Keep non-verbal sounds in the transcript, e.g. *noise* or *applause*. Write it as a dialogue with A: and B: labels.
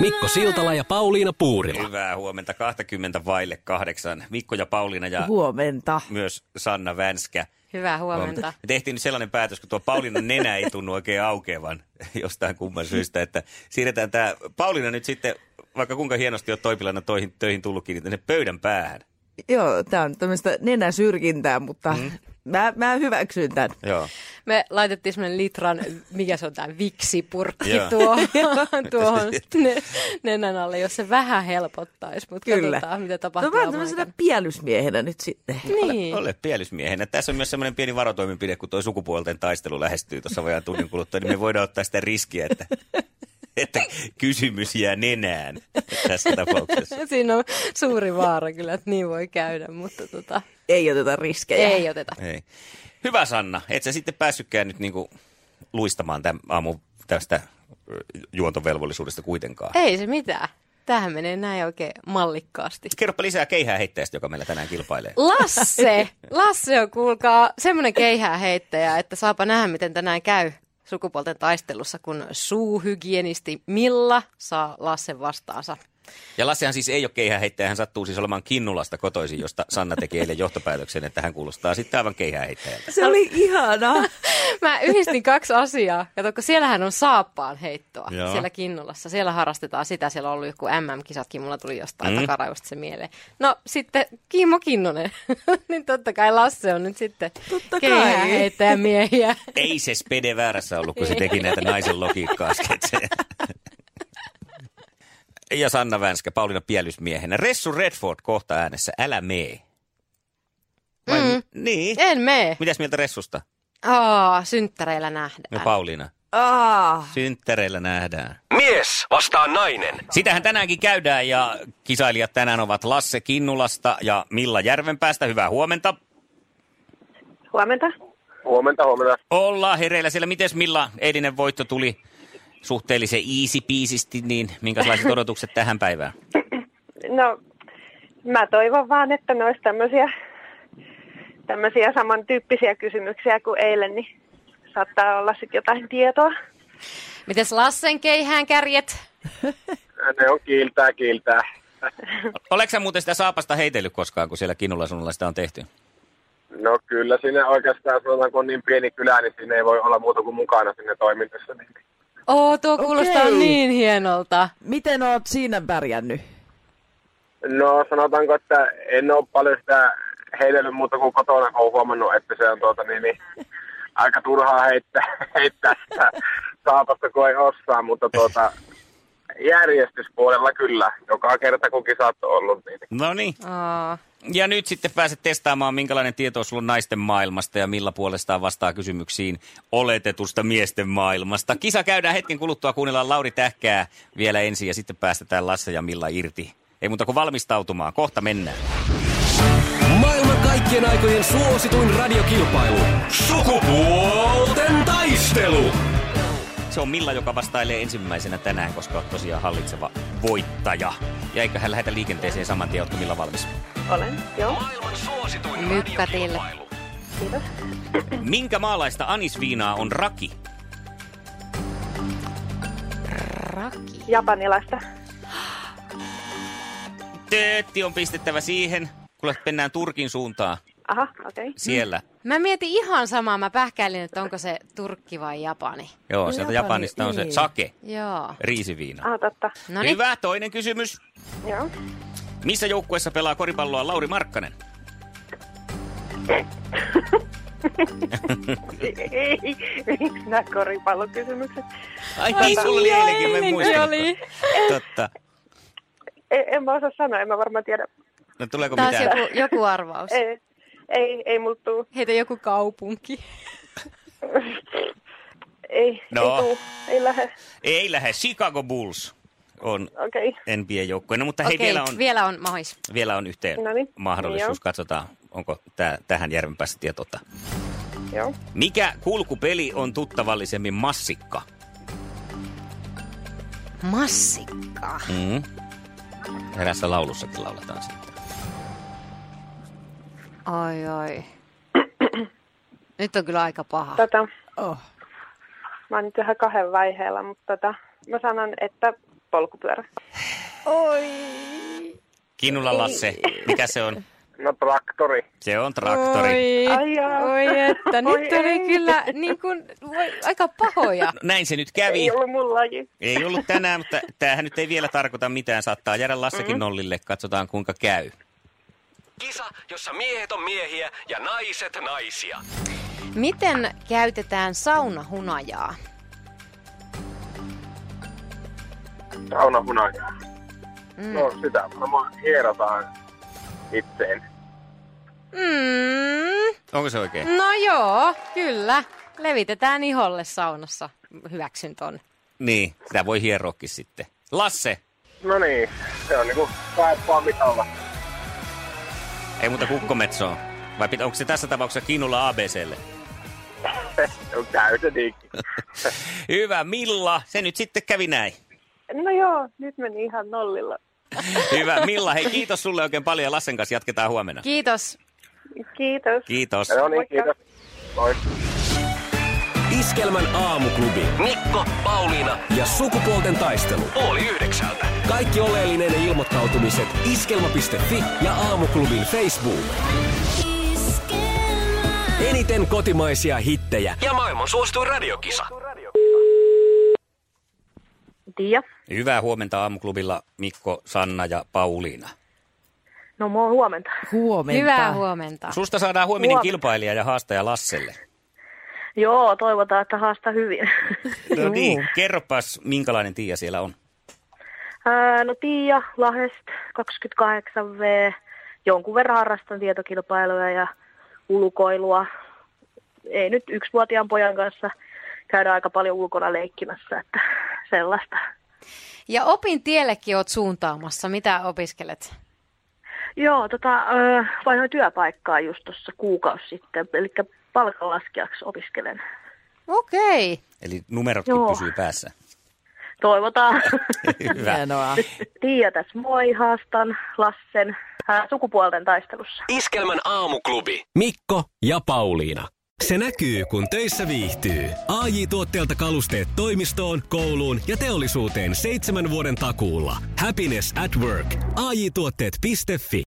A: Mikko Siltala ja Pauliina Puurila.
B: Hyvää huomenta 20 vaille kahdeksan. Mikko ja Pauliina ja
C: Huomenta.
B: myös Sanna Vänskä.
D: Hyvää huomenta.
B: Me tehtiin nyt sellainen päätös, kun tuo Pauliinan nenä ei tunnu oikein aukeavan jostain kumman syystä, että siirretään tämä Pauliina nyt sitten, vaikka kuinka hienosti olet toipilana toihin, töihin tullutkin, niin tänne pöydän päähän.
C: Joo, tämä on tämmöistä nenäsyrkintää, mutta mm. mä, mä hyväksyn tämän.
B: Joo.
D: Me laitettiin semmoinen litran, mikä se on tämä viksipurkki
B: Joo. *laughs*
D: tuohon, *laughs* tuohon ne, nenän alle, jos se vähän helpottaisi, mutta
C: Kyllä.
D: katsotaan mitä
C: no,
D: tapahtuu.
C: mä oon
D: aamun
C: tämmöisenä
D: aikana.
C: pielysmiehenä nyt sitten.
D: Niin.
B: Ole, ole pielismiehenä. Tässä on myös semmoinen pieni varotoimenpide, kun tuo sukupuolten taistelu lähestyy tuossa vajaan tunnin kuluttua, niin me voidaan ottaa sitä riskiä, että, että kysymys jää nenään tässä tapauksessa.
D: Siinä on suuri vaara kyllä, että niin voi käydä, mutta tota,
C: Ei oteta riskejä.
D: ei oteta.
B: Ei. Hyvä Sanna, et sä sitten päässytkään nyt niinku luistamaan tämän aamu tästä ö, juontovelvollisuudesta kuitenkaan.
D: Ei se mitään. Tämähän menee näin oikein mallikkaasti.
B: Kerropa lisää keihää heittäjästä, joka meillä tänään kilpailee. *laughs*
D: Lasse! Lasse on kuulkaa semmoinen keihää heittäjä, että saapa nähdä, miten tänään käy sukupuolten taistelussa, kun suuhygienisti Milla saa Lasse vastaansa.
B: Ja Lassehan siis ei ole keihää heittäjä, hän sattuu siis olemaan Kinnulasta kotoisin, josta Sanna teki eilen johtopäätöksen, että hän kuulostaa sitten aivan keihää heittäjältä.
C: Se oli ihanaa.
D: Mä yhdistin kaksi asiaa. Kato, kun siellähän on saappaan heittoa
B: Joo.
D: Joo. siellä Kinnulassa. Siellä harrastetaan sitä. Siellä on ollut joku MM-kisatkin. Mulla tuli jostain mm. takaraivosta se mieleen. No sitten Kimmo Kinnunen. *laughs* niin totta kai Lasse on nyt sitten
C: Totta kai.
D: keihäheittäjä miehiä.
B: Ei se spede väärässä ollut, kun se teki näitä naisen logiikkaa sketsejä. Ja Sanna Vänskä, Pauliina Pielysmiehenä. Ressu Redford kohta äänessä, älä mee. Vai, mm. Niin.
D: En mene.
B: Mitäs mieltä Ressusta?
D: Aa, synttäreillä nähdään.
B: No Pauliina,
C: Ah.
B: synttäreillä nähdään.
A: Mies vastaa nainen.
B: Sitähän tänäänkin käydään ja kisailijat tänään ovat Lasse Kinnulasta ja Milla Järvenpäästä. Hyvää huomenta.
E: Huomenta.
F: Huomenta, huomenta.
B: Ollaan hereillä siellä. Mites Milla eilinen voitto tuli suhteellisen easy piisisti, niin minkälaiset odotukset tähän päivään?
E: No, mä toivon vaan, että ne olisi tämmöisiä, tämmöisiä samantyyppisiä kysymyksiä kuin eilen, niin saattaa olla sitten jotain tietoa.
D: Mites Lassen keihään kärjet?
F: Ne on kiiltää, kiiltää.
B: Oletko sä muuten sitä saapasta heitellyt koskaan, kun siellä Kinnulla sunnilla sitä on tehty?
F: No kyllä sinne oikeastaan, sanotaan kun on niin pieni kylä, niin sinne ei voi olla muuta kuin mukana sinne toiminnassa. niin
D: Oo, tuo kuulostaa
C: Okei.
D: niin hienolta.
C: Miten oot siinä pärjännyt?
F: No sanotaanko, että en ole paljon sitä heitellyt muuta kuin kotona, kun olen huomannut, että se on tuota niin, niin aika turhaa heittää, *laughs* heittää sitä saapasta, kun ei osaa, mutta tuota, järjestyspuolella kyllä, joka kerta kun kisat on ollut, niin
B: No niin.
D: Aa.
B: Ja nyt sitten pääset testaamaan, minkälainen tieto sulla on naisten maailmasta ja millä puolestaan vastaa kysymyksiin oletetusta miesten maailmasta. Kisa käydään hetken kuluttua, kuunnellaan Lauri Tähkää vielä ensin ja sitten päästetään Lasse ja Milla irti. Ei muuta kuin valmistautumaan, kohta mennään.
A: Maailman kaikkien aikojen suosituin radiokilpailu. Sukupuolten taistelu.
B: Se on Milla, joka vastailee ensimmäisenä tänään, koska on tosiaan hallitseva voittaja. Ja eiköhän lähetä liikenteeseen saman tien, ootko Milla valmis?
E: Olen, joo.
A: Maailman suosituin
D: Lykkä Tille.
B: Minkä maalaista anisviinaa on raki?
D: Raki.
E: Japanilaista.
B: Töötti on pistettävä siihen, kun mennään Turkin suuntaan
E: Aha, okei.
B: siellä.
D: Mä mietin ihan samaa. Mä pähkäilin, että onko se Turkki vai Japani.
B: Joo, sieltä
C: Japani,
B: Japanista on se
C: ei.
B: sake,
D: Joo.
B: riisiviina.
E: Aha, totta.
D: niin. No niin.
B: Hyvä, toinen kysymys.
E: Joo. *laughs*
B: Missä joukkueessa pelaa koripalloa Lauri Markkanen?
E: Ei, miksi nämä koripallokysymykset?
B: Ai niin, sulla oli
D: Joo,
B: eilenkin, mä en
D: eilenkin
B: muistanut.
D: oli.
B: Totta.
E: En, E- en mä osaa sanoa, en mä varmaan tiedä.
B: No tuleeko
D: Taas
B: mitään?
D: joku, joku arvaus.
E: *laughs* Ei, ei, ei mulla tuu.
D: Heitä joku kaupunki.
E: Ei,
B: No.
E: ei tuu, ei lähde.
B: Ei lähde, Chicago Bulls. on
E: Okei. Okay.
B: NBA-joukkueena, No, mutta hei,
D: Okei, No niin.
B: vielä
D: vielä
B: on,
D: on mahis.
B: vielä on yhteen
E: Noniin.
B: mahdollisuus.
E: Joo.
B: Katsotaan, onko tää, tähän järvenpäässä tietoutta.
E: Joo.
B: Mikä kulkupeli on tuttavallisemmin massikka?
D: Massikka.
B: Mm. Erässä laulussakin lauletaan sitä.
D: Ai *clears throat* ai. Nyt on kyllä aika paha.
E: Tota,
C: Oh.
E: mä oon nyt vähän kahden vaiheella, mutta tota, mä sanon, että polkupyörä.
B: Kinula Lasse, mikä se on?
F: No traktori.
B: Se on traktori.
E: Ai jaa.
D: Oi, oi että
E: Oi
D: nyt oli
E: ei.
D: kyllä niin kuin, voi, aika pahoja.
B: No, näin se nyt kävi.
E: Ei ollut mun laji.
B: Ei ollut tänään, mutta tämähän nyt ei vielä tarkoita mitään. Saattaa jäädä Lassekin nollille. Katsotaan kuinka käy.
G: Kisa, jossa miehet on miehiä ja naiset naisia.
D: Miten käytetään saunahunajaa?
F: Sauna hunajaa. Mm. No sitä varmaan hierotaan itseen.
D: Mm,
B: Onko se oikein?
D: no joo, kyllä. Levitetään iholle saunassa. Hyväksyn ton.
B: Niin, sitä voi hieroakin sitten. Lasse,
F: No niin, se on niinku kaipaa mitalla.
B: ei muuta kukkometsoa. Vai pitä, onko se tässä tapauksessa Kiinulla ABClle?
F: Käy se niinkin.
B: Hyvä, Milla. Se nyt sitten kävi näin.
E: No joo, nyt meni ihan nollilla.
B: Hyvä, Milla. Hei, kiitos sulle oikein paljon. ja Lassen kanssa jatketaan huomenna.
D: Kiitos.
E: Kiitos.
B: Kiitos.
F: No niin,
E: Moikka.
F: kiitos. Moi.
A: Iskelmän aamuklubi
G: Mikko, Pauliina,
A: ja sukupuolten taistelu.
G: puoli yhdeksältä.
A: Kaikki oleellinen ilmoittautumiset iskelma.fi ja aamuklubin Facebook. Eniten kotimaisia hittejä
G: Ja maailman suosituin radiokisa.
E: Tiia.
B: Hyvää huomenta aamuklubilla Mikko, Sanna ja Pauliina.
E: No moi huomenta.
C: Huomenta.
D: Hyvää huomenta.
B: Susta saadaan huominen
E: Huomenta.
B: kilpailija ja haastaja Lasselle.
E: Joo, toivotaan, että haasta hyvin.
B: No niin, kerropas minkälainen Tiia siellä on.
E: Ää, no Tiia Lahest, 28V. Jonkun verran harrastan tietokilpailuja ja ulkoilua. Ei nyt yksivuotiaan pojan kanssa käydä aika paljon ulkona leikkimässä, että sellaista.
D: Ja opin tiellekin oot suuntaamassa. Mitä opiskelet?
E: Joo, tota, ää, vaihdoin työpaikkaa just tuossa kuukausi sitten, eli palkanlaskijaksi opiskelen.
D: Okei.
B: Eli numerotkin
E: Joo.
B: pysyy päässä.
E: Toivotaan.
B: Hyvä.
C: Hienoa.
E: Tiia tässä moi, haastan Lassen ää, sukupuolten taistelussa.
G: Iskelmän aamuklubi.
A: Mikko ja Pauliina. Se näkyy, kun töissä viihtyy. ai tuotteelta kalusteet toimistoon, kouluun ja teollisuuteen seitsemän vuoden takuulla. Happiness at work. AJ-tuotteet.fi.